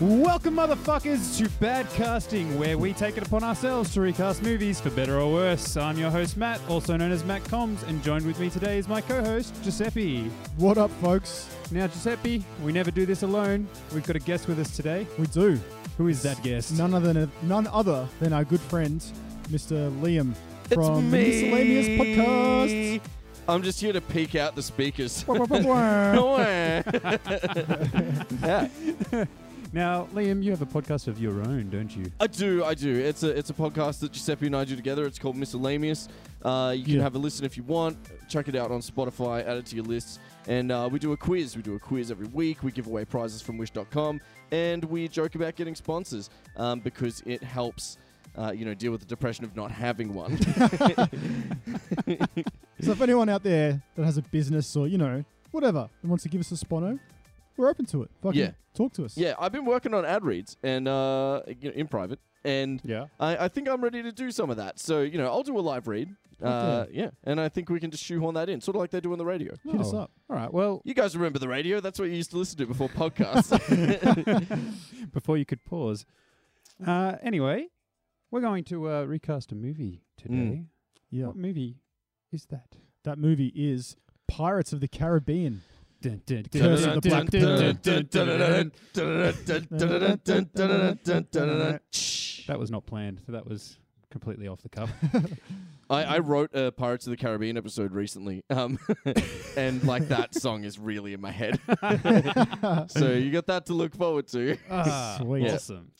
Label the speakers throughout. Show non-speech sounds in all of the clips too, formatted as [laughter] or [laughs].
Speaker 1: Welcome, motherfuckers, to Badcasting, where we take it upon ourselves to recast movies for better or worse. I'm your host, Matt, also known as Matt Combs, and joined with me today is my co host, Giuseppe.
Speaker 2: What up, folks?
Speaker 1: Now, Giuseppe, we never do this alone. We've got a guest with us today.
Speaker 2: We do.
Speaker 1: Who is that guest?
Speaker 2: None other than, none other than our good friend, Mr. Liam from the Miscellaneous Podcast.
Speaker 3: I'm just here to peek out
Speaker 2: [laughs]
Speaker 3: the speakers. [laughs]
Speaker 2: Wah, wah,
Speaker 1: [laughs]
Speaker 2: wah, wah.
Speaker 3: Yeah,
Speaker 1: Now, Liam, you have a podcast of your own, don't you?
Speaker 3: I do, I do. It's a it's a podcast that Giuseppe and I do together. It's called Miscellaneous. Uh, you can
Speaker 2: Yeah.
Speaker 3: have a listen if you want. Check it out on Spotify. Add it to your lists. And uh, we do a quiz. We do a quiz every week. We give away prizes from Wish.com, and we joke about getting sponsors um, because it helps. Uh, you know, deal with the depression of not
Speaker 2: [laughs]
Speaker 3: having one.
Speaker 2: so, if anyone out there that has a business or, you know, whatever, and wants to give us a spono, we're open to it. Fucking
Speaker 3: Yeah.
Speaker 2: talk to us.
Speaker 3: yeah, I've been working on ad reads and uh, you know, in private, and
Speaker 1: Yeah.
Speaker 3: I, I think I'm ready to do some of that. So, you know, I'll do a live read. Uh, yeah, and I think we can just shoehorn that in, sort of like they do on the radio.
Speaker 2: Hit us up.
Speaker 1: All right.
Speaker 3: [laughs]
Speaker 1: Well,
Speaker 3: You guys remember the radio? That's what you used to listen to before podcasts.
Speaker 1: before you could pause. Uh, anyway, we're going to uh, recast a movie today.
Speaker 2: Yeah.
Speaker 1: What movie is that?
Speaker 2: That movie is Pirates of the
Speaker 1: [laughs]
Speaker 2: Caribbean. [laughs] Curse of the Black Pearl.
Speaker 3: Shh.
Speaker 1: That was not planned. That was completely off the cuff.
Speaker 3: I, I wrote a Pirates of the Caribbean episode recently, um, and like that song is really in my head. so you got that to look forward to.
Speaker 1: Ah,
Speaker 2: Sweet. Yeah.
Speaker 1: Awesome.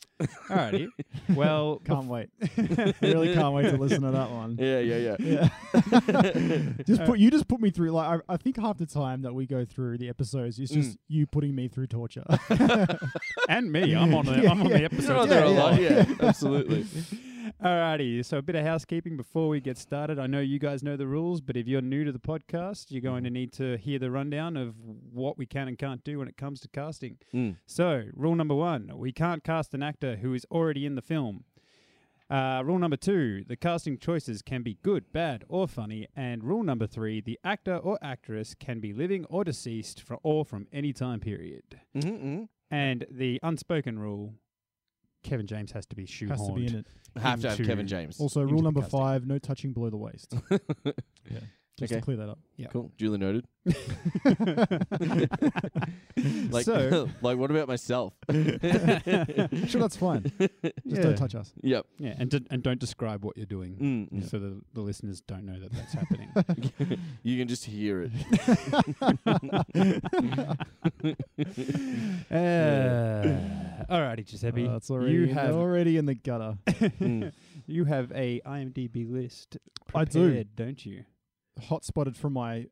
Speaker 1: Alrighty. Well,
Speaker 2: Can't wait. [laughs] really can't wait to listen to
Speaker 1: [laughs]
Speaker 2: that one.
Speaker 3: Yeah, yeah, yeah.
Speaker 2: Yeah. [laughs]
Speaker 1: Uh,
Speaker 2: just put you just put me through like I, I think half the time that we go through the episodes is just you putting me through torture.
Speaker 1: and me. I'm on the,
Speaker 2: Yeah,
Speaker 1: I'm on the
Speaker 2: yeah.
Speaker 1: episode.
Speaker 3: You're on
Speaker 1: today.
Speaker 3: there a
Speaker 2: yeah.
Speaker 3: lot, yeah, [laughs] absolutely.
Speaker 1: Alrighty, so a bit of housekeeping before we get started. I know you guys know the rules, but if you're new to the podcast, you're going to need to hear the rundown of what we can and can't do when it comes to casting.
Speaker 3: Mm.
Speaker 1: So, rule number one we can't cast an actor who is already in the film. Uh, rule number two the casting choices can be good, bad, or funny. And rule number three the actor or actress can be living or deceased from, or from any time period.
Speaker 3: Mm-mm.
Speaker 1: And the unspoken rule Kevin James has to be shoehorned.
Speaker 2: Has to be in [laughs] it.
Speaker 3: Have to have
Speaker 1: Into-
Speaker 3: Kevin James.
Speaker 2: Also,
Speaker 1: Into
Speaker 2: rule
Speaker 1: the
Speaker 2: number
Speaker 1: casting.
Speaker 2: five: no touching below the [laughs] waist. yeah, just to
Speaker 3: Okay.
Speaker 2: clear that up.
Speaker 3: Cool. Duly noted.
Speaker 2: [laughs]
Speaker 3: [laughs]
Speaker 1: [laughs]
Speaker 3: Like,
Speaker 1: so,
Speaker 3: like what about myself? [laughs]
Speaker 2: Sure, that's fine. [laughs] [laughs] Just
Speaker 1: Yeah.
Speaker 2: don't touch us. [laughs]
Speaker 3: Yep.
Speaker 1: yeah, and, d- and don't describe what you're doing
Speaker 3: Mm, mm.
Speaker 1: so the, the listeners don't know that that's happening.
Speaker 3: [laughs] You can just
Speaker 2: [laughs]
Speaker 3: hear it.
Speaker 2: [laughs]
Speaker 1: Uh, alrighty, Giuseppe.
Speaker 2: Uh, it's already
Speaker 1: you
Speaker 2: in,
Speaker 1: have
Speaker 2: already in the gutter. [laughs]
Speaker 3: Mm.
Speaker 1: you have a IMDb list.
Speaker 2: I do.
Speaker 1: Prepared, don't you?
Speaker 2: Hot spotted from my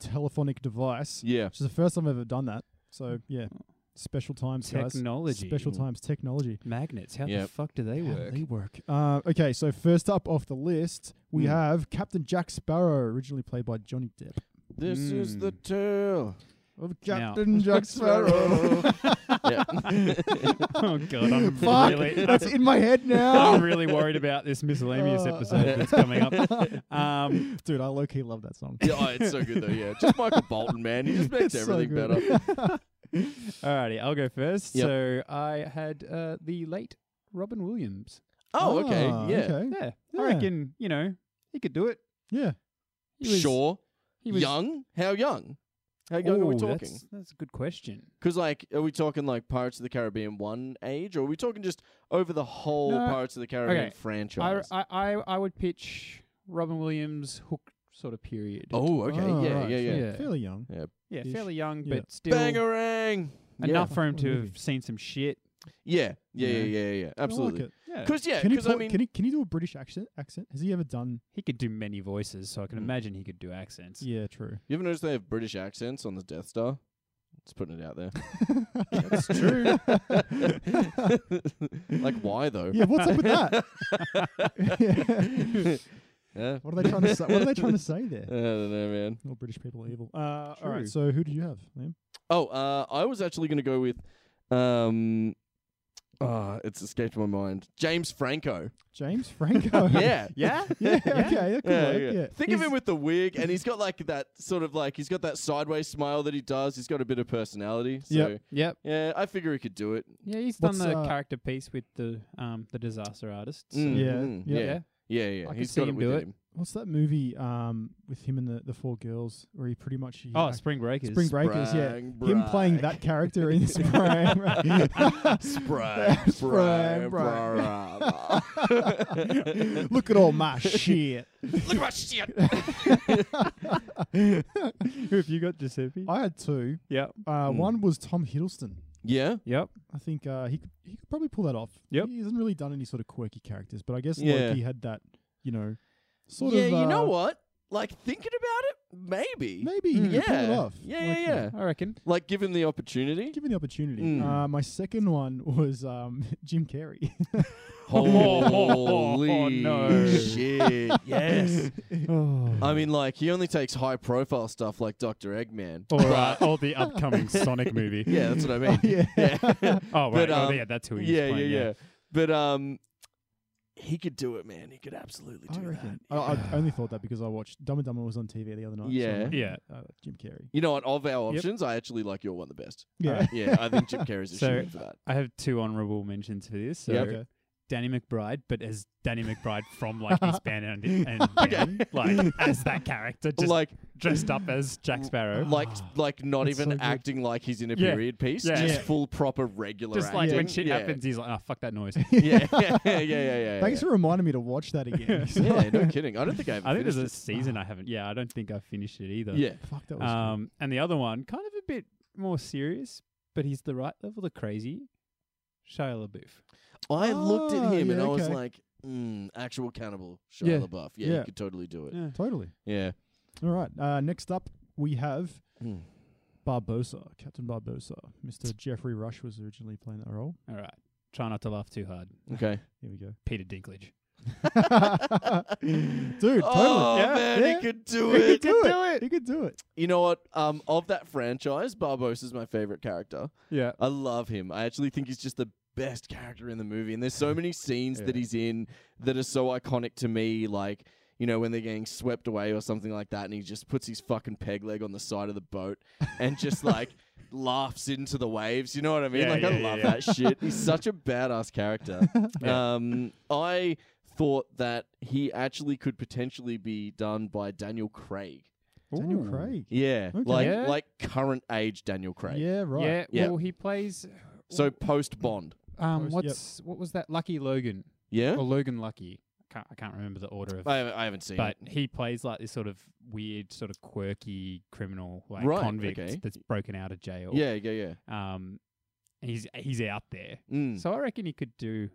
Speaker 2: telephonic device,
Speaker 3: Yeah.
Speaker 2: which is the first time I've ever done that. So yeah, special times, guys.
Speaker 1: Technology.
Speaker 2: Special times technology.
Speaker 1: Magnets. How the
Speaker 3: Yep.
Speaker 1: fuck do they
Speaker 2: How do
Speaker 1: work?
Speaker 2: They work. Uh, okay, so first up off the list, we
Speaker 3: Mm.
Speaker 2: have Captain Jack Sparrow, originally played by Johnny Depp.
Speaker 3: This is the
Speaker 2: Hmm.
Speaker 1: Mm.
Speaker 2: [laughs]
Speaker 3: tale
Speaker 2: Of
Speaker 1: Now-
Speaker 2: Captain [laughs] Jack Sparrow. [laughs]
Speaker 3: yeah.
Speaker 1: oh god,
Speaker 3: [laughs]
Speaker 1: I'm
Speaker 2: Fuck,
Speaker 1: really
Speaker 2: that's in my head
Speaker 1: [laughs] I'm
Speaker 2: now.
Speaker 1: really worried about this miscellaneous
Speaker 2: Uh,
Speaker 1: episode that's coming
Speaker 2: [laughs]
Speaker 1: up. Um,
Speaker 2: Dude, I low key love that song.
Speaker 3: yeah. Oh, it's so good though. Yeah. Just Michael Bolton, man.
Speaker 2: [laughs]
Speaker 3: He just makes
Speaker 2: It's so
Speaker 3: everything
Speaker 2: good.
Speaker 3: better.
Speaker 2: [laughs]
Speaker 1: Alrighty, I'll go first.
Speaker 3: Yep.
Speaker 1: So I had uh, the late Robin Williams.
Speaker 3: [laughs] Oh, okay.
Speaker 2: Ah,
Speaker 3: Yeah.
Speaker 2: okay.
Speaker 1: Yeah,
Speaker 2: Yeah.
Speaker 1: I reckon you know he could do it.
Speaker 2: Yeah.
Speaker 1: He was,
Speaker 3: sure.
Speaker 1: he was
Speaker 3: young? How young? How young are we
Speaker 1: Ooh,
Speaker 3: talking?
Speaker 1: That's, that's a good question.
Speaker 3: Because like, are we talking like Pirates of the Caribbean one age, or are we talking just over the whole
Speaker 1: No.
Speaker 3: Pirates of the Caribbean
Speaker 1: Okay. I,
Speaker 3: franchise?
Speaker 1: I I I would pitch Robin Williams Hook sort of period.
Speaker 3: oh, okay.
Speaker 2: Oh,
Speaker 3: yeah,
Speaker 2: right,
Speaker 3: yeah, yeah,
Speaker 2: so
Speaker 1: yeah.
Speaker 2: Fairly young.
Speaker 1: yeah,
Speaker 2: ish.
Speaker 1: fairly young,
Speaker 2: Yeah.
Speaker 1: but still
Speaker 3: Bangarang.
Speaker 1: enough
Speaker 2: Yeah.
Speaker 1: for him
Speaker 2: Oh,
Speaker 1: to
Speaker 2: maybe.
Speaker 1: have seen some shit.
Speaker 3: Yeah. Yeah. Yeah.
Speaker 1: Yeah.
Speaker 3: Yeah. Yeah. yeah, yeah.
Speaker 2: I like
Speaker 3: Absolutely.
Speaker 2: it.
Speaker 1: Yeah,
Speaker 3: Because yeah.
Speaker 2: Can he,
Speaker 3: Because I
Speaker 2: pull-
Speaker 3: mean,
Speaker 2: can he can he do a British accent? Accent? Has he ever done?
Speaker 1: he could do many voices, so I can
Speaker 3: Mm.
Speaker 1: imagine he could do accents.
Speaker 2: Yeah,
Speaker 3: [laughs]
Speaker 2: true.
Speaker 3: you ever notice they have British accents on the Death Star? Just putting it out there.
Speaker 2: [laughs] That's [laughs]
Speaker 3: true. [laughs] like why
Speaker 2: [laughs]
Speaker 3: though?
Speaker 2: yeah, what's up with
Speaker 3: [laughs]
Speaker 2: that? yeah.
Speaker 3: Yeah.
Speaker 2: What are they trying to say? What are they trying to say there?
Speaker 3: I don't know, man.
Speaker 2: All British people
Speaker 3: Mm,
Speaker 2: are evil. Uh, all
Speaker 1: True.
Speaker 2: right. So who do you have, Liam?
Speaker 3: Oh, uh, I was actually going to go with um, Ah, it's escaped my mind. James
Speaker 2: [laughs]
Speaker 3: Franco. [laughs]
Speaker 2: James Franco.
Speaker 3: Yeah.
Speaker 1: Yeah?
Speaker 2: [laughs] yeah, okay, that could
Speaker 3: Yeah,
Speaker 2: work,
Speaker 3: yeah.
Speaker 2: yeah.
Speaker 3: Think of
Speaker 2: He's-
Speaker 3: him with the wig,
Speaker 2: [laughs]
Speaker 3: and he's got like that sort of like he's got that sideways smile that he does. He's got a bit of personality. So
Speaker 2: Yep.
Speaker 1: yep.
Speaker 3: yeah, I figure he could do it.
Speaker 1: Yeah, he's
Speaker 2: What's,
Speaker 1: done the
Speaker 2: uh,
Speaker 1: character piece with the um the disaster artist. so-
Speaker 3: Mm,
Speaker 2: Yeah,
Speaker 3: mm,
Speaker 2: yeah.
Speaker 3: yeah, yeah, yeah.
Speaker 1: I could
Speaker 3: He's
Speaker 1: see
Speaker 3: got it
Speaker 1: him
Speaker 3: with
Speaker 1: do it.
Speaker 3: him. [laughs]
Speaker 2: What's that movie um, with him and the, the four girls where he pretty much. he
Speaker 1: Oh,
Speaker 2: act-
Speaker 1: Spring Breakers.
Speaker 2: Spring Breakers, yeah.
Speaker 3: Brang,
Speaker 2: Him playing
Speaker 3: brang.
Speaker 2: that character
Speaker 3: [laughs]
Speaker 2: in Spring. Breakers. [laughs]
Speaker 3: Spray, spray,
Speaker 2: Spray, bra. [laughs]
Speaker 3: bra.
Speaker 2: [laughs] Look at all my shit.
Speaker 3: Look at my shit.
Speaker 1: Who have you got, Giuseppe?
Speaker 2: I had two.
Speaker 1: Oh, Yep.
Speaker 2: Uh,
Speaker 3: Hmm.
Speaker 2: One was Tom Hiddleston.
Speaker 3: Yeah,
Speaker 1: Yep.
Speaker 2: I think uh, he could, he could probably pull that off.
Speaker 1: Yep.
Speaker 2: He hasn't really done any sort of quirky characters, but I guess
Speaker 3: Yeah.
Speaker 2: Loki had that, you know, sort
Speaker 3: yeah.
Speaker 2: of.
Speaker 3: you know
Speaker 2: uh,
Speaker 3: what? Like thinking about it, maybe,
Speaker 2: Maybe he could pull it
Speaker 3: Yeah.
Speaker 2: off.
Speaker 3: Yeah,
Speaker 2: Like,
Speaker 3: yeah,
Speaker 2: you know,
Speaker 3: yeah.
Speaker 1: I reckon.
Speaker 3: like given the opportunity. [laughs]
Speaker 2: Given the opportunity,
Speaker 3: Mm.
Speaker 2: uh, my second one [laughs] was um, Jim
Speaker 3: [laughs]
Speaker 2: Carrey. [laughs]
Speaker 1: Oh, no.
Speaker 3: shit! Yes.
Speaker 2: [laughs]
Speaker 1: Oh.
Speaker 3: I mean, like he only takes high-profile stuff like Doctor Eggman.
Speaker 1: [laughs]
Speaker 2: [laughs]
Speaker 1: or, uh, or the upcoming Sonic movie.
Speaker 3: [laughs] Yeah, that's what I mean.
Speaker 2: yeah.
Speaker 3: [laughs] yeah.
Speaker 1: Oh, right.
Speaker 3: But,
Speaker 1: oh,
Speaker 3: um,
Speaker 1: yeah, that's who he's
Speaker 3: yeah, yeah,
Speaker 1: playing.
Speaker 3: yeah. But um, he could do it, man. He could absolutely
Speaker 2: I
Speaker 3: do
Speaker 2: reckon.
Speaker 3: that.
Speaker 2: I, I only thought that because I watched Dumb and Dumber was on TV the other night. so
Speaker 3: Yeah.
Speaker 2: I'm like,
Speaker 1: Yeah.
Speaker 2: Uh, Jim Carrey.
Speaker 3: [laughs] You know what? Of our
Speaker 1: Yep.
Speaker 3: options, I actually like your one the best.
Speaker 2: Yeah.
Speaker 1: Alright.
Speaker 3: Yeah, I think Jim Carrey's a
Speaker 1: So-
Speaker 3: shoe-in for that.
Speaker 1: I have two honorable mentions for this. So
Speaker 3: Yep.
Speaker 2: Okay.
Speaker 1: Danny McBride, but as Danny McBride from like Eastbound and,
Speaker 3: [laughs]
Speaker 1: and Down, like as that character, just
Speaker 3: like,
Speaker 1: dressed up as Jack
Speaker 3: [laughs]
Speaker 1: Sparrow.
Speaker 3: like, like, not
Speaker 2: That's
Speaker 3: even
Speaker 2: so good.
Speaker 3: acting like he's in a
Speaker 1: Yeah.
Speaker 3: period piece.
Speaker 1: Yeah.
Speaker 3: Just
Speaker 2: Yeah.
Speaker 3: full proper regular.
Speaker 1: just like
Speaker 3: acting.
Speaker 1: when shit
Speaker 3: yeah.
Speaker 1: happens, he's like, oh, fuck that noise.
Speaker 3: [laughs] Yeah,
Speaker 2: [laughs]
Speaker 3: yeah, yeah, yeah. yeah,
Speaker 2: Thanks for reminding me to watch that [laughs] again.
Speaker 3: yeah. yeah, no kidding. I don't think I have.
Speaker 1: I think there's a season I haven't. Yeah, I don't think I've finished it either.
Speaker 3: Ah. Yeah.
Speaker 2: Fuck, that was.
Speaker 1: Um, and the other one, kind of a bit more serious, but he's the right level of crazy. Shia LaBeouf.
Speaker 3: I looked at
Speaker 2: Ah,
Speaker 3: him and
Speaker 2: yeah,
Speaker 3: I was
Speaker 2: okay.
Speaker 3: like, mm, actual cannibal, Shia
Speaker 1: Yeah.
Speaker 3: LaBeouf. Yeah,
Speaker 2: Yeah.
Speaker 3: he could totally do it.
Speaker 1: Yeah.
Speaker 2: totally.
Speaker 3: Yeah.
Speaker 2: All right. Uh, next up, we have
Speaker 3: Mm.
Speaker 2: Barbosa, Captain Barbosa. Mr. Jeffrey Rush was originally playing that role.
Speaker 1: All right. Try not to laugh too hard.
Speaker 3: Okay.
Speaker 2: Here we go.
Speaker 1: Peter Dinklage.
Speaker 2: [laughs] Dude, totally.
Speaker 3: Oh
Speaker 2: yeah,
Speaker 3: man,
Speaker 2: yeah.
Speaker 3: he could do
Speaker 2: He
Speaker 3: it.
Speaker 2: could do it. He could do it.
Speaker 3: You know what? Um, of that franchise, Barbosa's my favorite character.
Speaker 1: Yeah.
Speaker 3: I love him. I actually think he's just the best character in the movie, and there's so many scenes that
Speaker 1: Yeah.
Speaker 3: he's in that are so iconic to me. Like. You know, when they're getting swept away or something like that, and he just puts his fucking peg leg on the side of the boat and just
Speaker 1: [laughs]
Speaker 3: like laughs into the waves. You know what I mean?
Speaker 1: Yeah,
Speaker 3: like, I
Speaker 1: yeah,
Speaker 3: love
Speaker 1: yeah.
Speaker 3: that shit.
Speaker 1: [laughs]
Speaker 3: He's such a badass character.
Speaker 1: Yeah.
Speaker 3: Um, I thought that he actually could potentially be done by Daniel Craig.
Speaker 2: Daniel Craig.
Speaker 3: Yeah,
Speaker 2: Okay.
Speaker 3: like
Speaker 1: Yeah.
Speaker 3: like current age Daniel Craig.
Speaker 2: Yeah, right.
Speaker 1: Yeah,
Speaker 3: Yeah.
Speaker 1: Well, he plays.
Speaker 3: So post Bond.
Speaker 1: um,
Speaker 2: Yep.
Speaker 1: what's what was that? Lucky Logan
Speaker 3: Yeah.
Speaker 1: or Logan Lucky? I can't I can't remember the order of.
Speaker 3: I haven't, I haven't seen
Speaker 1: But
Speaker 3: it.
Speaker 1: he plays like this sort of weird, sort of quirky criminal, like
Speaker 3: Right,
Speaker 1: convict
Speaker 3: okay.
Speaker 1: that's broken out of jail.
Speaker 3: Yeah, yeah, yeah.
Speaker 1: Um, he's he's out there,
Speaker 3: Mm.
Speaker 1: so I reckon he could do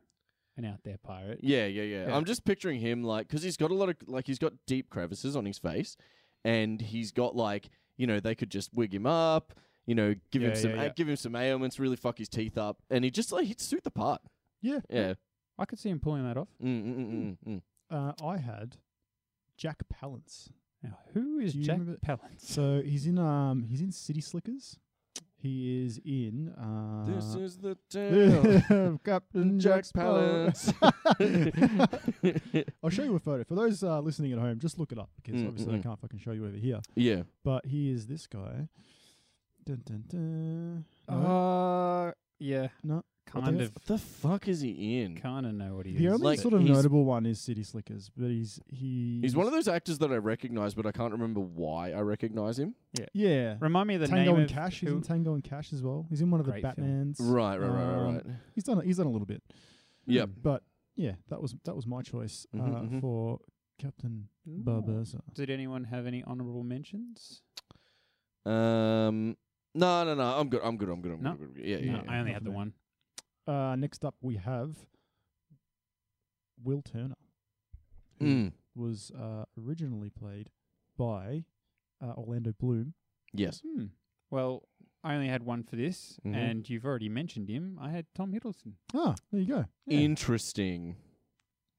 Speaker 1: an out there pirate.
Speaker 3: yeah, yeah, yeah,
Speaker 1: Yeah.
Speaker 3: I'm just picturing him like because he's got a lot of like he's got deep crevices on his face, and he's got like you know they could just wig him up, you know, give him
Speaker 1: Yeah,
Speaker 3: some
Speaker 1: yeah,
Speaker 3: uh,
Speaker 1: yeah.
Speaker 3: give him some ailments, really fuck his teeth up, and he just like he'd suit the part.
Speaker 2: Yeah.
Speaker 3: Yeah.
Speaker 1: I could see him pulling that off.
Speaker 3: Mm, mm, mm, mm, mm.
Speaker 2: Uh, I had Jack Palance.
Speaker 1: Now, who is
Speaker 2: Do you
Speaker 1: Jack
Speaker 2: remember-
Speaker 1: Palance?
Speaker 2: So he's in um he's in City Slickers. He is in uh [laughs]
Speaker 3: This is [laughs] the tale
Speaker 2: of Captain
Speaker 3: of Jack
Speaker 2: Jack's Palance.
Speaker 3: [laughs] Palance. [laughs]
Speaker 2: I'll show you a photo for those uh, listening at home. Just look it up because
Speaker 3: Mm,
Speaker 2: obviously
Speaker 3: mm,
Speaker 2: I can't fucking show you over here.
Speaker 3: yeah.
Speaker 2: But he is this guy. Dun, dun, dun. No?
Speaker 3: Oh,
Speaker 1: Uh, yeah,
Speaker 2: No.
Speaker 1: kind
Speaker 2: the-
Speaker 1: of,
Speaker 3: What the fuck is he in?
Speaker 1: kind of know what he
Speaker 2: the
Speaker 1: is.
Speaker 2: only
Speaker 3: like-
Speaker 2: sort of
Speaker 3: he's-
Speaker 2: notable one is City Slickers, but he's he.
Speaker 3: He's one of those actors that I recognize, but I can't remember why I recognize him.
Speaker 2: yeah.
Speaker 1: Remind me of the
Speaker 2: Tango
Speaker 1: name of
Speaker 2: and Cash. He's
Speaker 1: who-
Speaker 2: in Tango and Cash as well. He's in one of the
Speaker 1: Great film.
Speaker 2: Batman's.
Speaker 3: Right, right, right, right,
Speaker 2: Um,
Speaker 3: right.
Speaker 2: He's done. A, he's done a little bit.
Speaker 3: Yep.
Speaker 2: But yeah, that was that was my choice
Speaker 3: Mhm,
Speaker 2: uh,
Speaker 3: mhm.
Speaker 2: for Captain
Speaker 1: Ooh.
Speaker 2: Barbosa.
Speaker 1: Did anyone have any honorable mentions?
Speaker 3: Um, no, no, no. I'm good. I'm good. I'm good. I'm
Speaker 1: No?
Speaker 3: good. I'm good. Yeah,
Speaker 2: No,
Speaker 3: yeah.
Speaker 1: no, I only had
Speaker 2: nothing
Speaker 1: the
Speaker 2: there.
Speaker 1: one.
Speaker 2: Uh, next up, we have Will Turner,
Speaker 3: yeah.
Speaker 2: who
Speaker 3: Mm.
Speaker 2: was uh, originally played by uh, Orlando Bloom.
Speaker 3: Yes.
Speaker 1: Hmm. Well, I only had one for this,
Speaker 3: Mhm.
Speaker 1: and you've already mentioned him. I had Tom Hiddleston.
Speaker 2: Ah, there you go.
Speaker 1: Yeah.
Speaker 3: Interesting.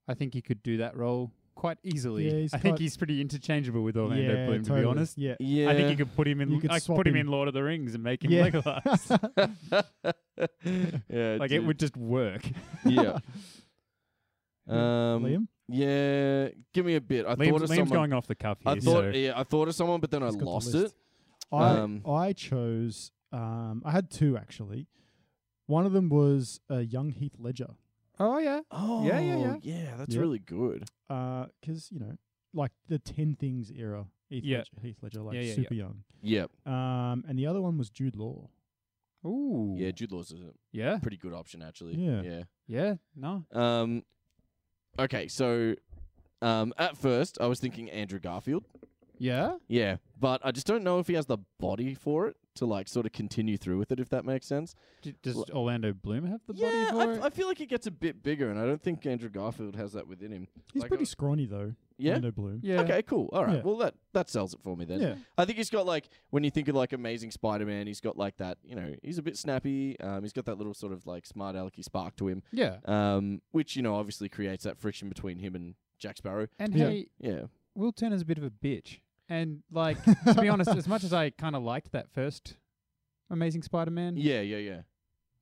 Speaker 1: I think he could do that role quite easily.
Speaker 2: Yeah, he's
Speaker 1: I think
Speaker 2: quite-
Speaker 1: he's pretty interchangeable with Orlando
Speaker 2: yeah,
Speaker 1: Bloom,
Speaker 2: totally.
Speaker 1: to be honest.
Speaker 2: Yeah.
Speaker 3: Yeah.
Speaker 1: I think you could put him in.
Speaker 2: You could
Speaker 1: I could
Speaker 2: swap
Speaker 1: put him
Speaker 2: him.
Speaker 1: in Lord of the Rings and make him
Speaker 2: Yeah. [laughs]
Speaker 1: Legolas.
Speaker 3: yeah,
Speaker 1: [laughs]
Speaker 3: [laughs]
Speaker 1: like it
Speaker 3: dude.
Speaker 1: would [laughs] just work.
Speaker 3: Yeah. um,
Speaker 2: Liam?
Speaker 3: Yeah, give me a bit. I thought
Speaker 1: Liam's,
Speaker 3: of
Speaker 1: Liam's
Speaker 3: someone.
Speaker 1: going off the cuff here.
Speaker 3: I thought,
Speaker 1: so.
Speaker 3: yeah, I thought of someone, but then I
Speaker 2: He's got the
Speaker 3: lost it.
Speaker 2: list. I,
Speaker 3: Um,
Speaker 2: I chose, um, I had two actually. One of them was uh, young Heath Ledger.
Speaker 1: Oh yeah.
Speaker 3: Oh,
Speaker 1: Yeah, yeah, yeah.
Speaker 3: yeah. That's
Speaker 2: Yep.
Speaker 3: really good.
Speaker 2: because Uh, you know, like the Ten Things era, Heath,
Speaker 1: Yeah.
Speaker 2: Ledger, Heath Ledger, like
Speaker 1: Yeah, yeah,
Speaker 2: super young.
Speaker 3: Yep.
Speaker 2: Um, and the other one was Jude Law.
Speaker 1: Ooh.
Speaker 3: Yeah, Jude Law's a
Speaker 1: Yeah.
Speaker 3: pretty good option actually.
Speaker 2: Yeah.
Speaker 3: Yeah.
Speaker 1: Yeah. No.
Speaker 3: Um, okay, so um, at first I was thinking Andrew Garfield.
Speaker 1: Yeah.
Speaker 3: Yeah, but I just don't know if he has the body for it to like sort of continue through with it, if that makes sense.
Speaker 1: D- does
Speaker 3: Well-
Speaker 1: Orlando Bloom have the
Speaker 3: yeah,
Speaker 1: body
Speaker 3: I,
Speaker 1: for
Speaker 3: f-
Speaker 1: it?
Speaker 3: I feel like it gets a bit bigger, and I don't think Andrew Garfield has that within him.
Speaker 2: He's
Speaker 3: Like,
Speaker 2: pretty
Speaker 3: uh,
Speaker 2: scrawny though.
Speaker 3: Yeah.
Speaker 2: Orlando Bloom.
Speaker 1: yeah.
Speaker 3: Okay, cool. All right.
Speaker 2: Yeah.
Speaker 3: Well, that that sells it for me then.
Speaker 2: Yeah.
Speaker 3: I think he's got like when you think of like Amazing Spider-Man, he's got like that. You know, he's a bit snappy. Um, he's got that little sort of like smart alecky spark to him,
Speaker 1: Yeah.
Speaker 3: um, which you know obviously creates that friction between him and Jack Sparrow.
Speaker 1: And
Speaker 2: Yeah.
Speaker 1: hey,
Speaker 3: Yeah.
Speaker 1: Will Turner's a bit of a bitch. And [laughs] like,
Speaker 2: [laughs]
Speaker 1: to be honest, as much as I kind of liked that first Amazing Spider-Man,
Speaker 3: Yeah, yeah, yeah.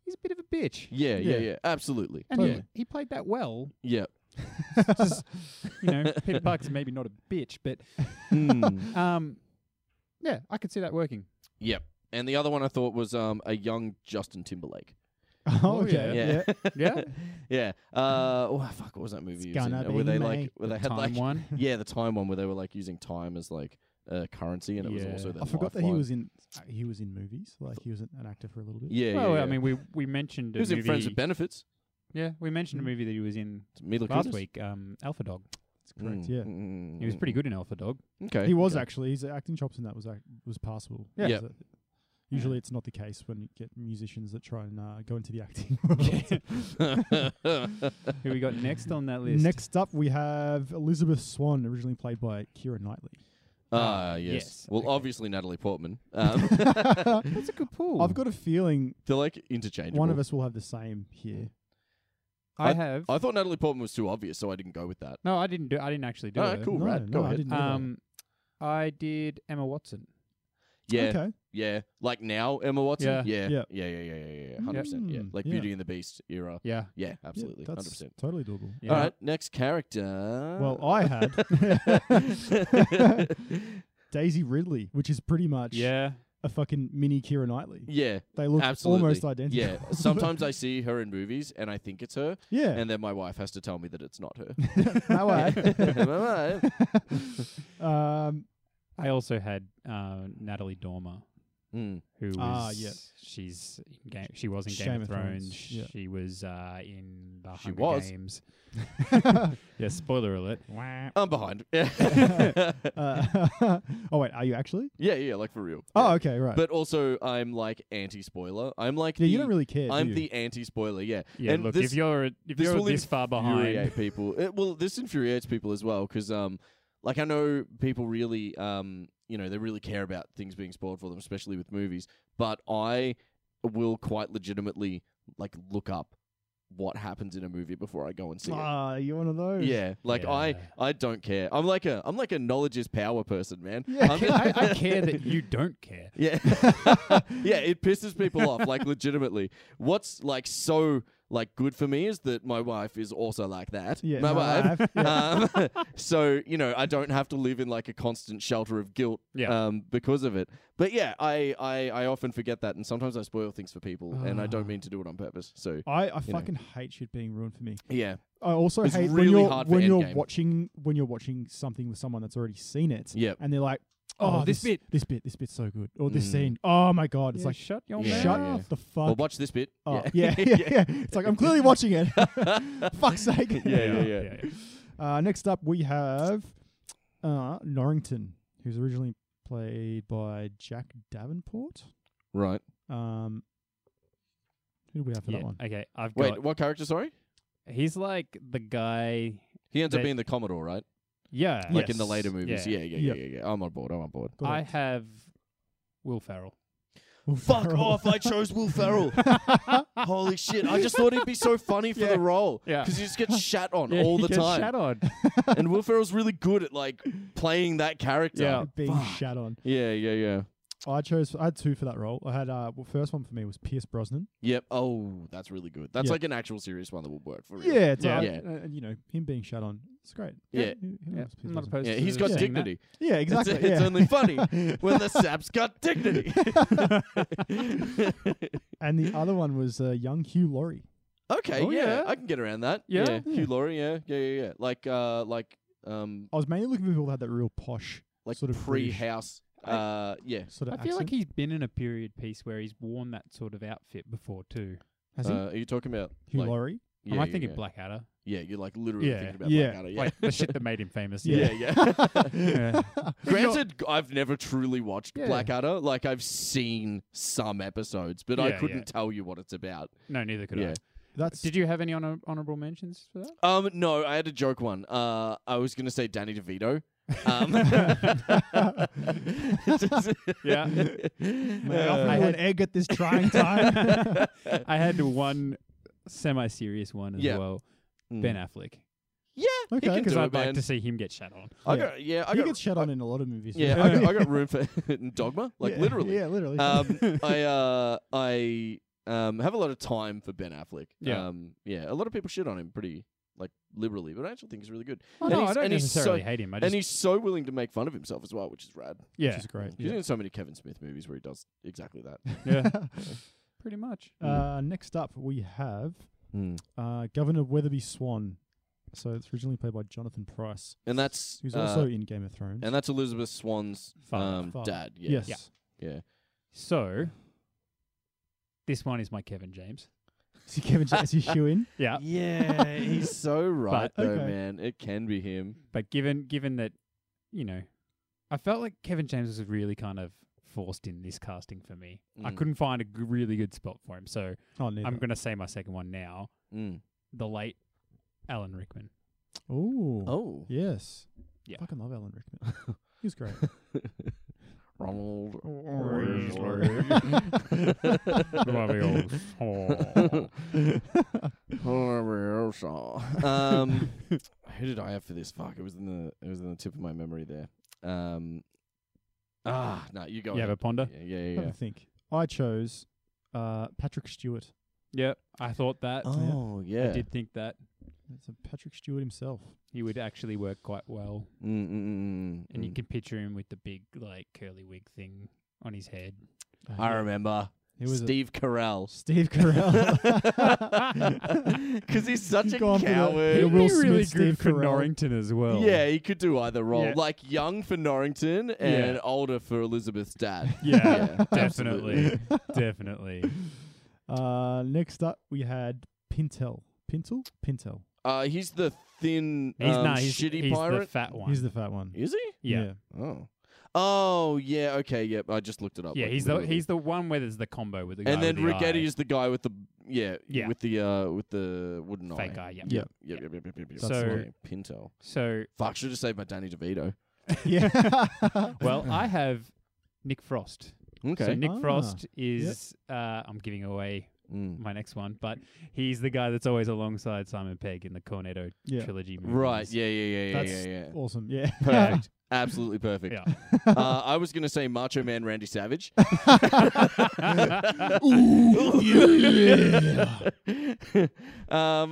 Speaker 1: he's a bit of a bitch.
Speaker 3: Yeah, yeah,
Speaker 2: Yeah.
Speaker 3: yeah. Absolutely.
Speaker 1: And
Speaker 2: Totally.
Speaker 1: he, he played that well. [laughs]
Speaker 3: Yeah.
Speaker 1: Just, you
Speaker 3: [laughs]
Speaker 1: know, Peter Parker's maybe not a bitch, but
Speaker 3: Mm.
Speaker 1: um, yeah, I could see that working.
Speaker 3: Yep. And the other one I thought was um a young Justin Timberlake.
Speaker 2: oh,
Speaker 1: Oh, yeah.
Speaker 2: okay.
Speaker 3: Yeah.
Speaker 1: Yeah,
Speaker 3: [laughs] yeah. Uh oh fuck, what was that movie?
Speaker 2: It's
Speaker 3: he was
Speaker 2: gonna
Speaker 3: in? Uh, where
Speaker 2: be
Speaker 3: they
Speaker 2: me.
Speaker 3: like where they had
Speaker 1: time
Speaker 3: like
Speaker 1: one.
Speaker 3: [laughs] Yeah, the time one where they were like using time as like uh, currency and it was
Speaker 1: Yeah.
Speaker 3: also their
Speaker 2: I forgot that he
Speaker 3: lifeline.
Speaker 2: was in. uh, He was in movies. Like he was an an actor for a little bit.
Speaker 3: Yeah,
Speaker 1: well,
Speaker 3: yeah, yeah.
Speaker 1: I mean, we we mentioned
Speaker 3: he
Speaker 1: a
Speaker 3: was
Speaker 1: movie.
Speaker 3: in Friends with Benefits.
Speaker 1: yeah, we mentioned a
Speaker 2: Mm.
Speaker 1: movie that he was in
Speaker 3: It's Mila
Speaker 1: last
Speaker 3: Kunis.
Speaker 1: week. Um, Alpha Dog.
Speaker 2: That's correct.
Speaker 3: Mm,
Speaker 2: Yeah.
Speaker 3: mm,
Speaker 1: He was
Speaker 3: mm,
Speaker 1: pretty
Speaker 3: mm.
Speaker 1: good in Alpha Dog.
Speaker 3: Okay.
Speaker 2: He was
Speaker 3: okay.
Speaker 2: actually. His acting chops in that was ac- was passable.
Speaker 1: Yeah.
Speaker 3: Yeah.
Speaker 2: So Usually, it's not the case when you get musicians that try and uh, go into the
Speaker 1: [laughs]
Speaker 2: acting.
Speaker 1: Who we got next on that list?
Speaker 2: Next up, we have Elizabeth Swan, originally played by Kira Knightley.
Speaker 3: Ah,
Speaker 1: Ah,
Speaker 3: yes.
Speaker 1: yes,
Speaker 3: Well,
Speaker 1: okay.
Speaker 3: obviously Natalie Portman. Um, [laughs]
Speaker 1: That's a good pool.
Speaker 2: [laughs] I've got a feeling
Speaker 3: they're like interchangeable.
Speaker 2: one of us will have the same here.
Speaker 1: I have.
Speaker 3: I thought Natalie Portman was too obvious, so I didn't go with that.
Speaker 1: no, I didn't do. I didn't actually do
Speaker 3: All right,
Speaker 1: it.
Speaker 3: cool.
Speaker 2: no,
Speaker 3: Rad,
Speaker 2: no,
Speaker 3: go
Speaker 2: I
Speaker 3: ahead.
Speaker 2: didn't. either.
Speaker 1: Um, I did Emma Watson.
Speaker 3: Yeah,
Speaker 2: Okay.
Speaker 3: yeah. Like now, Emma Watson.
Speaker 1: Yeah.
Speaker 3: yeah,
Speaker 2: Yeah.
Speaker 3: yeah, yeah, yeah, yeah, yeah. yeah. Hundred percent. Yeah,
Speaker 2: Mm,
Speaker 3: like
Speaker 2: yeah.
Speaker 3: Beauty and the Beast era.
Speaker 1: Yeah.
Speaker 3: Yeah,
Speaker 2: Yeah,
Speaker 3: absolutely, hundred
Speaker 2: that's
Speaker 3: percent.
Speaker 2: totally doable.
Speaker 1: Yeah.
Speaker 3: All right, next character.
Speaker 2: Well, I had
Speaker 3: [laughs]
Speaker 2: Daisy Ridley, which is pretty much [laughs]
Speaker 1: Yeah.
Speaker 2: a fucking mini Kira Knightley.
Speaker 3: yeah,
Speaker 2: They look
Speaker 3: absolutely.
Speaker 2: almost identical.
Speaker 3: Yeah. Sometimes I see her in movies and I think it's her,
Speaker 2: [laughs] yeah. [laughs]
Speaker 3: and then my wife has to tell me that it's not her.
Speaker 2: my
Speaker 3: [laughs]
Speaker 2: way.
Speaker 3: My
Speaker 2: [laughs]
Speaker 3: wife. [laughs]
Speaker 2: um, [laughs]
Speaker 1: I also had uh, Natalie Dormer,
Speaker 3: Mm.
Speaker 1: who was
Speaker 2: Ah, yeah.
Speaker 1: she's in Ga- she was in Game, of Thrones.
Speaker 2: yeah.
Speaker 1: She was uh, in the
Speaker 3: She
Speaker 1: Hunger
Speaker 3: was.
Speaker 1: Games. yeah, spoiler alert.
Speaker 3: I'm
Speaker 2: [laughs]
Speaker 3: behind. [laughs] Yeah.
Speaker 2: uh, [laughs] oh wait, are you actually?
Speaker 3: yeah, yeah, like for real.
Speaker 2: Oh, okay, right.
Speaker 3: But also, I'm like anti-spoiler. I'm like
Speaker 2: yeah,
Speaker 3: the,
Speaker 2: you don't really care. do
Speaker 3: I'm
Speaker 2: you?
Speaker 3: the anti-spoiler. Yeah.
Speaker 1: Yeah,
Speaker 3: And
Speaker 1: look,
Speaker 3: this,
Speaker 1: if you're if
Speaker 3: this
Speaker 1: you're
Speaker 3: will
Speaker 1: this far behind,
Speaker 3: infuriate people. It, well, this infuriates people as well because, um, like I know people really, um, you know, they really care about things being spoiled for them, especially with movies. But I will quite legitimately like look up what happens in a movie before I go and see it.
Speaker 2: Ah, you're one of those.
Speaker 3: Yeah, like I,
Speaker 1: Yeah.
Speaker 3: I don't care. I'm like a, I'm like a knowledge is power person, man.
Speaker 2: Yeah.
Speaker 3: I'm-
Speaker 1: [laughs] I, I
Speaker 3: [laughs]
Speaker 1: care that you don't care.
Speaker 2: [laughs]
Speaker 3: yeah.
Speaker 1: [laughs]
Speaker 3: yeah, [laughs] it pisses people off, like legitimately. What's like so like good for me is that my wife is also like
Speaker 2: [laughs]
Speaker 3: that.
Speaker 2: Yeah,
Speaker 3: my,
Speaker 2: my
Speaker 3: wife. [laughs]
Speaker 2: wife,
Speaker 3: Um, so, you know, I don't have to live in like a constant shelter of guilt
Speaker 1: Yeah.
Speaker 3: um, because of it. But yeah, I, I I often forget that and sometimes I spoil things for people and I don't
Speaker 2: Ah.
Speaker 3: mean to do it on purpose. So
Speaker 2: I, I
Speaker 3: You know.
Speaker 2: fucking hate shit being ruined for me.
Speaker 3: yeah.
Speaker 2: I also
Speaker 3: It's
Speaker 2: hate
Speaker 3: really
Speaker 2: when you're
Speaker 3: hard for
Speaker 2: when you're
Speaker 3: Endgame.
Speaker 2: watching when you're watching something with someone that's already seen it.
Speaker 3: Yep.
Speaker 2: And they're like,
Speaker 1: Oh,
Speaker 2: "Oh,
Speaker 1: this bit."
Speaker 2: this bit, this bit's so good," or "This
Speaker 3: Mm.
Speaker 2: scene, oh my god!" It's
Speaker 1: Yeah,
Speaker 2: like,
Speaker 1: shut your
Speaker 3: Yeah.
Speaker 2: shut
Speaker 1: mouth.
Speaker 2: the fuck.
Speaker 3: Well watch this bit.
Speaker 2: up. Oh, [laughs] yeah,
Speaker 3: [laughs]
Speaker 2: yeah, yeah. It's like I'm clearly watching it. [laughs] Fuck's sake.
Speaker 3: Yeah, yeah, yeah.
Speaker 2: [laughs] Uh, next up, we have uh, Norrington, who's originally played by Jack Davenport.
Speaker 3: Right.
Speaker 2: Um, who do we have for
Speaker 1: Yeah,
Speaker 2: that one?
Speaker 1: Okay, I've got.
Speaker 3: Wait, what character, sorry?
Speaker 1: He's like the guy.
Speaker 3: He ends up
Speaker 1: That-
Speaker 3: being the Commodore, right?
Speaker 1: Yeah,
Speaker 3: Like in the later movies.
Speaker 1: Yeah.
Speaker 3: Yeah, yeah, yeah, yeah, yeah. I'm on board. I'm on board.
Speaker 2: Got
Speaker 1: I
Speaker 2: it.
Speaker 3: [laughs]
Speaker 1: have Will Farrell.
Speaker 2: [laughs]
Speaker 3: Fuck
Speaker 2: Ferrell.
Speaker 3: off! I chose
Speaker 1: [laughs]
Speaker 3: Will Ferrell. Holy shit! I just thought he'd be so funny for
Speaker 1: Yeah.
Speaker 3: the role
Speaker 1: Yeah.
Speaker 3: because he just
Speaker 1: [laughs]
Speaker 3: gets shat on
Speaker 1: Yeah,
Speaker 3: all
Speaker 1: he
Speaker 3: the
Speaker 1: gets
Speaker 3: time.
Speaker 1: Shat on.
Speaker 3: And Will Ferrell's really good at like playing that character.
Speaker 1: Yeah.
Speaker 2: Being
Speaker 3: Fuck.
Speaker 2: shat on.
Speaker 3: yeah, yeah, yeah.
Speaker 2: I chose. I had two for that role. I had. Uh, well, first one for me was Pierce Brosnan.
Speaker 3: Yep. Oh, that's really good. That's
Speaker 2: Yeah.
Speaker 3: like an actual serious one that would work for real.
Speaker 2: Yeah, it's
Speaker 1: Yeah.
Speaker 2: alright.
Speaker 3: Oh, Yeah.
Speaker 2: And, and, you know him being shut on. It's great.
Speaker 3: Yeah.
Speaker 2: who- who
Speaker 1: Yeah,
Speaker 2: loves Pierce
Speaker 1: I'm not
Speaker 2: Brosnan?
Speaker 1: opposed
Speaker 3: Yeah,
Speaker 1: to
Speaker 3: he's got
Speaker 1: seeing
Speaker 3: dignity.
Speaker 2: yeah, exactly.
Speaker 3: It's, it's
Speaker 2: yeah.
Speaker 1: [laughs]
Speaker 3: only funny when the sap's got dignity.
Speaker 2: [laughs] and the other one was uh, young Hugh Laurie.
Speaker 3: okay,
Speaker 1: Oh,
Speaker 3: yeah,
Speaker 1: yeah.
Speaker 3: I can get around that.
Speaker 1: Yeah.
Speaker 3: Hugh Laurie, yeah, yeah, yeah, yeah. Like, uh, like, um,
Speaker 2: I was mainly looking for people that had that real posh
Speaker 3: like
Speaker 2: Sort of British.
Speaker 3: pre-house.
Speaker 1: I-
Speaker 3: Uh, yeah.
Speaker 2: sort
Speaker 1: that.
Speaker 2: of.
Speaker 1: I feel like
Speaker 2: accent.
Speaker 1: he's been in a period piece where he's worn that sort of outfit before too.
Speaker 2: has
Speaker 3: Uh, are you talking about
Speaker 2: he Hugh
Speaker 3: like,
Speaker 2: Laurie.
Speaker 1: Am
Speaker 3: yeah,
Speaker 1: I
Speaker 3: yeah,
Speaker 1: thinking
Speaker 3: yeah.
Speaker 1: Blackadder?
Speaker 3: Yeah, you're like literally
Speaker 1: Yeah,
Speaker 3: thinking about
Speaker 2: yeah.
Speaker 3: Blackadder. Yeah,
Speaker 1: Like the shit that made him [laughs] famous.
Speaker 3: [laughs] yeah, yeah.
Speaker 1: Yeah.
Speaker 3: Granted, g- I've never truly watched
Speaker 1: Yeah.
Speaker 3: Blackadder. Like I've seen some episodes, but I
Speaker 1: Yeah,
Speaker 3: couldn't
Speaker 1: yeah.
Speaker 3: tell you what it's about.
Speaker 1: No, neither could
Speaker 3: Yeah.
Speaker 1: I.
Speaker 2: That's
Speaker 1: Did you have any honor- honorable mentions for that?
Speaker 3: Um, no, I had a joke one. Uh, I was gonna say Danny DeVito. Um, [laughs] just-
Speaker 1: [laughs]
Speaker 3: [laughs]
Speaker 1: Yeah.
Speaker 2: Man,
Speaker 3: Uh,
Speaker 2: offer
Speaker 1: I
Speaker 2: you
Speaker 1: had-
Speaker 2: an egg at this trying time.
Speaker 1: [laughs] I had one semi-serious one as
Speaker 3: Yeah.
Speaker 1: well.
Speaker 3: Mm.
Speaker 1: Ben Affleck,
Speaker 3: He
Speaker 2: okay,
Speaker 3: can
Speaker 1: because
Speaker 3: do it,
Speaker 1: I'd like
Speaker 3: man.
Speaker 1: to see him get shat on.
Speaker 3: I
Speaker 2: Yeah.
Speaker 3: got yeah. I
Speaker 2: he
Speaker 3: got,
Speaker 2: gets shut on in a lot of movies. [laughs]
Speaker 3: [laughs] Yeah, I got, I
Speaker 1: [laughs]
Speaker 3: got room for [laughs] dogma, like
Speaker 2: Yeah,
Speaker 3: literally.
Speaker 2: Yeah, literally.
Speaker 3: Um, I uh, I um have a lot of time for Ben Affleck.
Speaker 1: Yeah.
Speaker 3: um, yeah. A lot of people shit on him pretty like liberally, but I actually think he's really good,
Speaker 1: Oh,
Speaker 3: And
Speaker 1: no,
Speaker 3: he's-
Speaker 1: I don't
Speaker 3: and he's so-
Speaker 1: necessarily hate him. I just
Speaker 3: and he's so willing to make fun of himself as well, which is rad.
Speaker 1: yeah,
Speaker 2: [laughs] which is great.
Speaker 3: He's
Speaker 2: yeah.
Speaker 3: in so many Kevin Smith movies where he does exactly that.
Speaker 1: yeah, pretty much.
Speaker 2: [laughs] uh, next up, we have uh, Governor Weatherby Swan. So it's originally played by Jonathan Price,
Speaker 3: And that's
Speaker 2: who's
Speaker 3: uh,
Speaker 2: also in Game of Thrones.
Speaker 3: and that's Elizabeth Swan's
Speaker 1: Father.
Speaker 3: um,
Speaker 2: Father.
Speaker 3: dad. Yeah.
Speaker 2: Yes.
Speaker 1: Yeah.
Speaker 3: Yeah.
Speaker 1: So this one is my Kevin James.
Speaker 2: Is he Kevin James? Is [laughs] he Hugh in?
Speaker 1: Yeah,
Speaker 3: Yeah, he's so right
Speaker 1: But-
Speaker 3: though,
Speaker 2: Okay.
Speaker 3: man. It can be him.
Speaker 1: but given given that, you know, I felt like Kevin James was really kind of forced in this casting for me. I
Speaker 3: Mm.
Speaker 1: couldn't find a g- really good spot for him, so
Speaker 2: Oh, neither.
Speaker 1: I'm gonna say my second one now.
Speaker 3: Mm.
Speaker 1: The late Alan Rickman.
Speaker 2: Ooh.
Speaker 3: Oh,
Speaker 2: Yes.
Speaker 1: Yeah.
Speaker 2: Fucking love Alan Rickman.
Speaker 3: [laughs]
Speaker 2: he was great.
Speaker 3: Ronald.
Speaker 2: [laughs]
Speaker 3: [laughs] um, [laughs] who did I have for this? Fuck, it was in the it was in the tip of my memory there. Um, ah, no, you go.
Speaker 1: you have a
Speaker 3: ahead.
Speaker 1: ponder.
Speaker 3: yeah, yeah, yeah.
Speaker 2: Have
Speaker 3: yeah.
Speaker 2: a think. I chose uh, Patrick Stewart.
Speaker 1: Yeah, I thought that.
Speaker 3: Oh, yeah.
Speaker 1: I did think that
Speaker 2: That's a Patrick Stewart himself.
Speaker 1: he would actually work quite well,
Speaker 3: Mm, mm, mm, mm,
Speaker 1: and you
Speaker 3: mm.
Speaker 1: can picture him with the big like curly wig thing on his head.
Speaker 2: Uh,
Speaker 3: I
Speaker 2: yeah.
Speaker 3: remember
Speaker 2: He was a-
Speaker 3: Steve
Speaker 1: [laughs]
Speaker 3: Carell.
Speaker 2: Steve [laughs] Carell.
Speaker 3: [laughs] Because he's such a
Speaker 2: Gone for the-
Speaker 1: He'd
Speaker 2: He'll
Speaker 3: coward.
Speaker 1: be
Speaker 2: Will
Speaker 1: really
Speaker 2: Smith,
Speaker 1: good
Speaker 2: Steve
Speaker 1: for
Speaker 2: Carell.
Speaker 1: Norrington as well.
Speaker 3: Yeah, he could do either role.
Speaker 1: Yeah.
Speaker 3: Like young for Norrington and
Speaker 1: Yeah.
Speaker 3: older for Elizabeth's dad.
Speaker 2: [laughs]
Speaker 1: Yeah,
Speaker 3: Yeah,
Speaker 1: definitely. definitely.
Speaker 2: uh, next up, we had Pintel. Pintel? Pintel.
Speaker 3: Uh, he's the thin,
Speaker 1: He's
Speaker 3: um,
Speaker 1: not. He's,
Speaker 3: shitty
Speaker 1: he's the
Speaker 3: pirate.
Speaker 1: fat one.
Speaker 2: He's the fat one.
Speaker 3: Is he?
Speaker 1: yeah.
Speaker 3: Oh. Oh yeah. Okay. Yep. I just looked it up.
Speaker 1: Yeah,
Speaker 3: like,
Speaker 1: he's the
Speaker 3: literally.
Speaker 1: he's the one where there's the combo with the guy
Speaker 3: And then
Speaker 1: with the
Speaker 3: Rigetti
Speaker 1: eye.
Speaker 3: is the guy with the yeah,
Speaker 1: Yeah.
Speaker 3: with the uh with the wooden
Speaker 1: fake
Speaker 3: eye.
Speaker 1: eye. Yeah.
Speaker 2: Yeah.
Speaker 3: Yep. Yep. Yep. Yep. Yep. yep, yep.
Speaker 2: That's the
Speaker 1: So-
Speaker 3: Okay, Pinto.
Speaker 1: So
Speaker 3: Fuck. Should have saved my Danny DeVito.
Speaker 2: Yeah. [laughs]
Speaker 3: [laughs]
Speaker 1: well, I have Nick Frost.
Speaker 3: Okay.
Speaker 1: So Nick
Speaker 2: Ah,
Speaker 1: Frost is uh, I'm giving away
Speaker 3: Mm.
Speaker 1: my next one, but he's the guy that's always alongside Simon Pegg in the Cornetto
Speaker 2: yeah.
Speaker 1: trilogy movies.
Speaker 3: Right. Yeah. Yeah. Yeah. Yeah.
Speaker 2: That's
Speaker 3: yeah.
Speaker 1: [laughs]
Speaker 3: Yeah.
Speaker 2: Awesome. Yeah.
Speaker 3: Perfect. Absolutely perfect.
Speaker 1: Yeah.
Speaker 3: Uh, I was gonna say Macho Man Randy Savage. um, [laughs]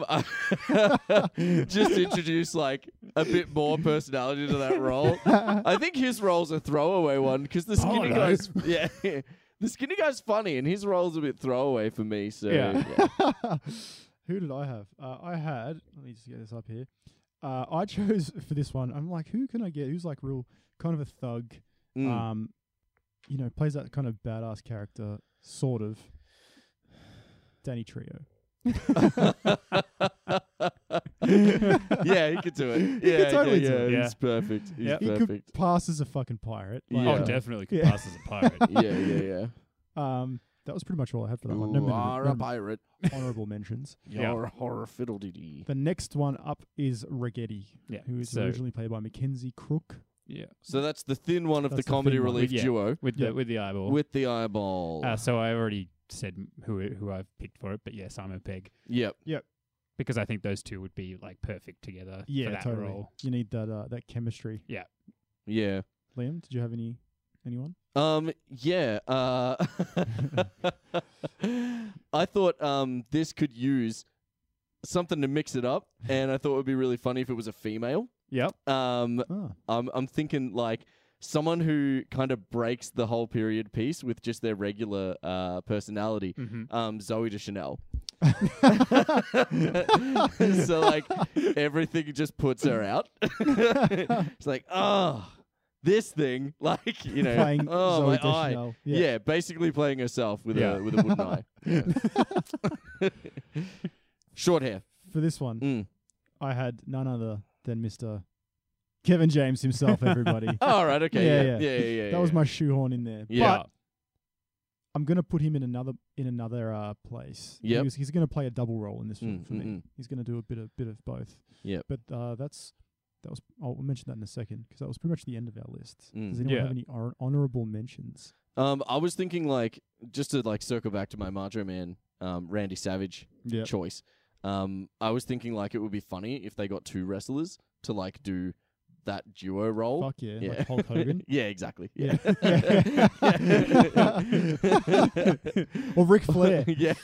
Speaker 3: I- just introduce like a bit more personality to that role.
Speaker 2: [laughs]
Speaker 3: I think his role's a throwaway one because the skinny
Speaker 1: Bono.
Speaker 3: guy's yeah, [laughs] the skinny guy's funny and his role's a bit throwaway for me. So yeah,
Speaker 1: Yeah.
Speaker 2: [laughs] Who did I have? Uh, I had. Let me just get this up here. Uh, I [laughs] chose for this one. I'm like, who can I get? Who's like real kind of a thug?
Speaker 3: Mm.
Speaker 2: Um, you know, plays that kind of badass character, sort of. Danny Trio.
Speaker 3: [laughs] yeah, he could do it. Yeah,
Speaker 2: totally
Speaker 3: yeah,
Speaker 2: do
Speaker 3: yeah,
Speaker 1: it. Yeah.
Speaker 3: He's perfect. He's
Speaker 1: Yep.
Speaker 2: He could
Speaker 3: perfect.
Speaker 2: pass as a fucking pirate.
Speaker 3: Yeah.
Speaker 1: Oh,
Speaker 2: uh,
Speaker 1: definitely could
Speaker 2: Yeah.
Speaker 1: pass as a pirate.
Speaker 2: [laughs]
Speaker 3: yeah, yeah, yeah.
Speaker 2: Um, that was pretty much all I had for that one. No
Speaker 3: You
Speaker 2: men-
Speaker 3: are
Speaker 2: no
Speaker 3: a pirate.
Speaker 2: honorable mentions.
Speaker 3: You're
Speaker 1: Yeah.
Speaker 3: a horror fiddle dee dee.
Speaker 2: The next one up is Rigetti,
Speaker 1: Yeah.
Speaker 2: who is
Speaker 1: so
Speaker 2: originally played by Mackenzie Crook.
Speaker 1: Yeah,
Speaker 3: So that's the thin one of
Speaker 2: That's
Speaker 3: the
Speaker 2: the thin
Speaker 3: comedy
Speaker 2: one.
Speaker 3: relief
Speaker 1: Yeah.
Speaker 3: duo
Speaker 1: with
Speaker 2: Yeah.
Speaker 1: the with the eyeball.
Speaker 3: with the eyeball.
Speaker 1: uh, so I already said m- who who I've picked for it, but yeah, Simon Pegg
Speaker 3: yep.
Speaker 1: because I think those two would be like perfect together
Speaker 2: Yeah,
Speaker 1: for that
Speaker 2: totally.
Speaker 1: role.
Speaker 2: You need that uh, that chemistry.
Speaker 3: Yeah.
Speaker 2: Liam, did you have any anyone?
Speaker 3: Um. Yeah. Uh, [laughs] I thought um this could use something to mix it up, and I thought it would be really funny if it was a female.
Speaker 1: Yep.
Speaker 3: Um. [laughs]
Speaker 2: Ah,
Speaker 3: I'm I'm thinking like someone who kind of breaks the whole period piece with just their regular uh personality.
Speaker 1: Mm-hmm.
Speaker 3: Um. Zoe
Speaker 2: [laughs]
Speaker 3: Deschanel. [laughs] so like everything just puts her out. [laughs] it's like oh. This thing, [laughs] like you know,
Speaker 2: playing
Speaker 3: oh
Speaker 2: Zoe
Speaker 3: my eye,
Speaker 2: Deschanel.
Speaker 3: yeah.
Speaker 2: Yeah.
Speaker 3: basically playing herself with
Speaker 1: Yeah.
Speaker 3: a with a wooden eye.
Speaker 2: [laughs]
Speaker 3: Yeah. [laughs] Short hair.
Speaker 2: For this one,
Speaker 3: Mm.
Speaker 2: I had none other than Mr. Kevin James himself.
Speaker 3: [laughs]
Speaker 2: Everybody.
Speaker 3: All Oh, right. Okay.
Speaker 2: Yeah,
Speaker 3: Yeah. Yeah.
Speaker 2: yeah.
Speaker 3: Yeah. yeah,
Speaker 2: that was
Speaker 3: yeah.
Speaker 2: my shoehorn in there.
Speaker 3: Yeah.
Speaker 2: But I'm gonna put him in another in another uh, place. He
Speaker 3: Yep.
Speaker 2: was- he's gonna play a double role in this film
Speaker 3: Mm,
Speaker 2: for
Speaker 3: mm,
Speaker 2: me.
Speaker 3: mm.
Speaker 2: He's gonna do a bit of bit of both.
Speaker 3: Yep.
Speaker 2: But uh, that's that was I'll mention that in a second because that was pretty much the end of our list.
Speaker 3: Mm.
Speaker 2: Does anyone
Speaker 1: Yeah.
Speaker 2: have any hor- honorable mentions?
Speaker 3: Um, I was thinking like just to like circle back to my Macho Man, um, Randy Savage
Speaker 2: Yeah.
Speaker 3: choice. Um, I was thinking like it would be funny if they got two wrestlers to like do that duo role.
Speaker 2: Fuck yeah,
Speaker 3: yeah.
Speaker 2: like Hulk
Speaker 3: [laughs]
Speaker 2: Hogan.
Speaker 3: yeah. Exactly.
Speaker 2: Yeah. [laughs]
Speaker 3: [laughs] yeah.
Speaker 2: or Ric Flair.
Speaker 3: [laughs] yeah.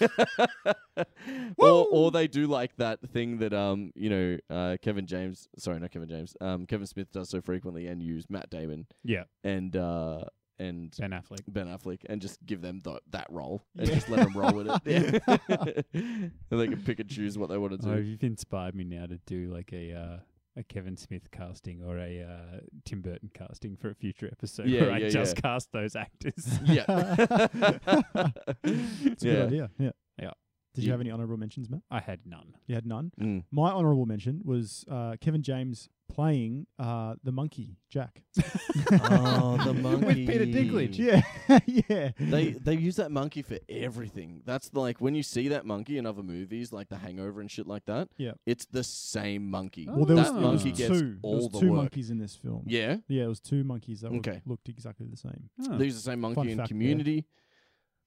Speaker 3: or, or they do like that thing that um you know uh Kevin James sorry not Kevin James um Kevin Smith does so frequently and use Matt Damon
Speaker 1: yeah,
Speaker 3: and uh and
Speaker 1: Ben Affleck.
Speaker 3: Ben Affleck and just give them th- that role and
Speaker 2: Yeah.
Speaker 3: just let them roll with it. Yeah. [laughs] and they can pick and choose what they want to
Speaker 1: Oh,
Speaker 3: do.
Speaker 1: you've inspired me now to do like a uh, a Kevin Smith casting or a uh, Tim Burton casting for a future episode
Speaker 3: Yeah,
Speaker 1: where I
Speaker 3: yeah,
Speaker 1: just
Speaker 3: yeah.
Speaker 1: cast those
Speaker 3: [laughs]
Speaker 1: actors.
Speaker 3: yeah.
Speaker 2: [laughs] It's a good idea. Yeah.
Speaker 1: Yeah.
Speaker 2: Did
Speaker 3: Yeah.
Speaker 2: you have any honorable mentions, Matt?
Speaker 1: [laughs] I had [laughs] none.
Speaker 2: You had none.
Speaker 3: Mm.
Speaker 2: My honorable mention was uh, Kevin James playing uh, the monkey Jack. [laughs]
Speaker 3: Oh, the
Speaker 1: [laughs] With Peter Dinklage.
Speaker 3: monkey.
Speaker 2: Yeah, [laughs] yeah.
Speaker 3: They they use that monkey for everything. That's the, like when you see that monkey in other movies, like The Hangover and shit like that.
Speaker 2: Yeah.
Speaker 3: it's the same monkey.
Speaker 2: well, there was,
Speaker 3: that
Speaker 2: there was
Speaker 3: monkey
Speaker 2: two.
Speaker 3: gets all
Speaker 2: there was
Speaker 3: the
Speaker 2: two
Speaker 3: work.
Speaker 2: monkeys in this film.
Speaker 3: Yeah,
Speaker 2: yeah. It was two monkeys that
Speaker 3: Okay.
Speaker 2: okay. looked exactly the same.
Speaker 1: Oh.
Speaker 3: they use the same monkey
Speaker 2: Fun
Speaker 3: in
Speaker 2: fact there.
Speaker 3: Community.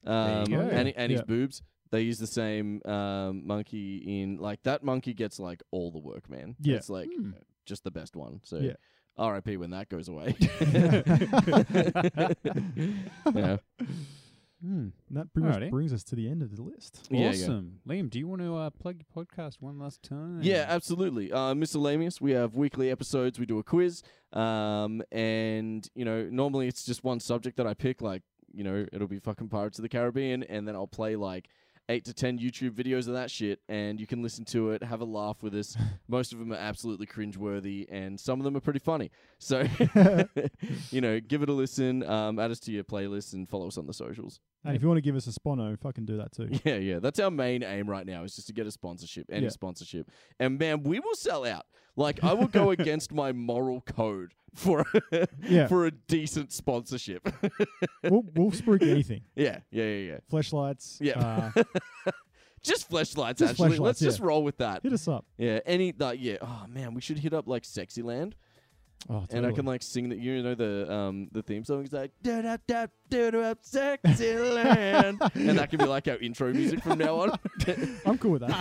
Speaker 3: Um,
Speaker 1: you go.
Speaker 3: and he- and his
Speaker 2: Yeah.
Speaker 3: boobs. They use the same um, monkey in like that monkey gets like all the work, man.
Speaker 2: Yeah.
Speaker 3: it's like
Speaker 1: Hmm.
Speaker 3: just the best one. So
Speaker 2: Yeah.
Speaker 3: R.I.P. when that
Speaker 2: [laughs]
Speaker 3: goes away. [laughs] yeah.
Speaker 2: yeah.
Speaker 1: Hmm.
Speaker 2: And that pretty much
Speaker 1: Alrighty.
Speaker 2: brings us to the end of the list.
Speaker 3: Yeah, yeah.
Speaker 1: Awesome. Liam, do you want to uh, plug your podcast one last time?
Speaker 3: Yeah, absolutely. Uh, miscellaneous. We have weekly episodes. We do a quiz, um, and you know, normally it's just one subject that I pick. Like, you know, it'll be fucking Pirates of the Caribbean, and then I'll play like eight to ten YouTube videos of that shit, and you can listen to it, have a laugh with us. Most of them are absolutely cringeworthy, and some of them are pretty funny. So, [laughs] you know, give it a listen. Um, add us to your playlist and follow us on the socials.
Speaker 2: And if you want to give us a spono, fucking do that too.
Speaker 3: [laughs] Yeah, yeah. That's our main aim right now is just to get a sponsorship, any
Speaker 2: Yeah.
Speaker 3: sponsorship. And man, we will sell out. Like I
Speaker 2: [laughs]
Speaker 3: will go against my moral code for
Speaker 2: Yeah.
Speaker 3: for a decent sponsorship. [laughs]
Speaker 2: we'll, we'll spruik anything.
Speaker 3: yeah, yeah, yeah, yeah.
Speaker 2: Fleshlights.
Speaker 3: Yeah.
Speaker 2: Uh,
Speaker 3: Just fleshlights
Speaker 2: Just
Speaker 3: actually.
Speaker 2: fleshlights,
Speaker 3: Let's
Speaker 2: yeah.
Speaker 3: just roll with that.
Speaker 2: hit us up.
Speaker 3: Yeah, any like yeah. Oh man, we should hit up like Sexyland,
Speaker 2: Oh,
Speaker 3: and I can like sing that. You know the um the theme song is like da da da
Speaker 2: [laughs]
Speaker 3: da da Sexyland, and that can be like our intro music from
Speaker 2: [laughs]
Speaker 3: now on. [laughs]
Speaker 2: I'm cool with that.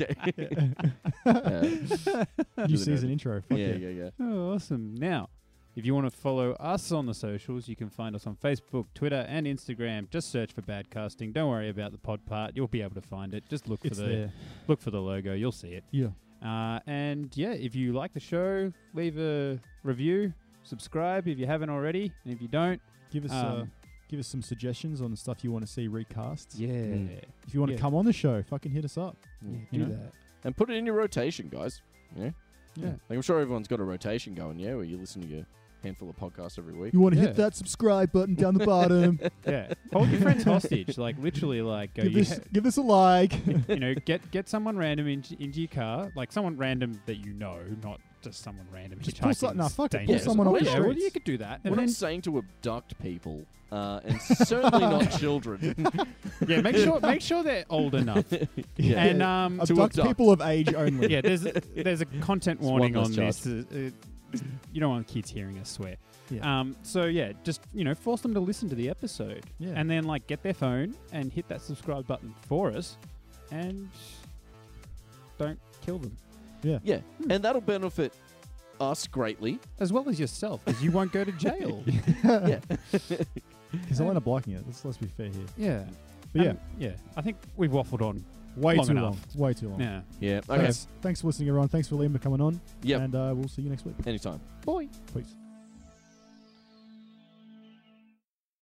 Speaker 3: okay. [laughs] Yeah.
Speaker 2: New
Speaker 3: the
Speaker 2: season intro. Fuck
Speaker 3: yeah,
Speaker 2: yeah.
Speaker 3: yeah, yeah.
Speaker 1: Oh, awesome. Now, if you want to follow us on the socials, you can find us on Facebook, Twitter, and Instagram. Just search for Bad Casting. Don't worry about the pod part. You'll be able to find it. Just look for
Speaker 2: It's
Speaker 1: the
Speaker 2: there.
Speaker 1: look for the logo. You'll see it.
Speaker 2: Yeah.
Speaker 1: Uh, and yeah, if you like the show, leave a review, subscribe if you haven't already, and if you don't,
Speaker 2: Give us uh,
Speaker 1: um,
Speaker 2: give us some suggestions on the stuff you want to see recast.
Speaker 1: yeah,
Speaker 3: Mm.
Speaker 2: If you want to
Speaker 1: Yeah.
Speaker 2: come on the show, fucking hit us up.
Speaker 1: yeah,
Speaker 2: You
Speaker 1: do
Speaker 2: know?
Speaker 1: that.
Speaker 3: And put it in your rotation, guys. Yeah.
Speaker 1: Yeah.
Speaker 3: Like I'm sure everyone's got a rotation going, yeah, where you listen to your handful of podcasts every week.
Speaker 2: You want to
Speaker 1: Yeah.
Speaker 2: hit that subscribe button down the
Speaker 1: [laughs]
Speaker 2: bottom.
Speaker 1: Yeah, hold your friends hostage. Like literally, like go.
Speaker 2: give,
Speaker 1: You,
Speaker 2: this,
Speaker 1: ha-
Speaker 2: give this
Speaker 1: [laughs]
Speaker 2: a like.
Speaker 1: you know, get get someone random into, into your car, like someone random that you know, not just someone random.
Speaker 2: Just pull
Speaker 1: hitchhiking
Speaker 2: some- nah,
Speaker 1: is
Speaker 2: fuck it, pull
Speaker 1: dangerous.
Speaker 3: someone off the
Speaker 1: yeah, well,
Speaker 2: streets.
Speaker 1: you could do that,
Speaker 3: We're
Speaker 1: and
Speaker 3: not
Speaker 1: then
Speaker 3: saying to abduct people, uh, and certainly not children.
Speaker 1: [laughs] yeah, make sure make sure they're old enough,
Speaker 3: Yeah.
Speaker 2: [laughs]
Speaker 1: and um,
Speaker 3: To
Speaker 2: abduct
Speaker 3: abduct.
Speaker 2: people of age
Speaker 1: [laughs]
Speaker 2: only.
Speaker 1: yeah, there's there's a content
Speaker 3: It's one
Speaker 1: warning on this.
Speaker 3: less
Speaker 1: Uh, uh, you don't want kids hearing us swear.
Speaker 2: [laughs] Yeah.
Speaker 1: Um, so yeah, just you know, force them to listen to the episode,
Speaker 2: Yeah.
Speaker 1: and then like get their phone and hit that subscribe button for us, and don't kill them
Speaker 3: Yeah, and that'll benefit us greatly.
Speaker 1: as well as yourself, because you won't go to jail.
Speaker 2: [laughs]
Speaker 3: Yeah.
Speaker 2: Because I end up liking it. Let's, let's be fair here.
Speaker 1: yeah,
Speaker 2: But yeah,
Speaker 1: Um, yeah. I think we've waffled on.
Speaker 2: way
Speaker 1: long
Speaker 2: too
Speaker 1: enough.
Speaker 2: long. Way too long.
Speaker 1: Yeah.
Speaker 3: Yeah. Okay.
Speaker 2: Thanks, thanks for listening, everyone. Thanks for Liam for coming on.
Speaker 3: Yep.
Speaker 2: And uh, we'll see you next week.
Speaker 3: Anytime.
Speaker 1: Boy.
Speaker 2: Peace.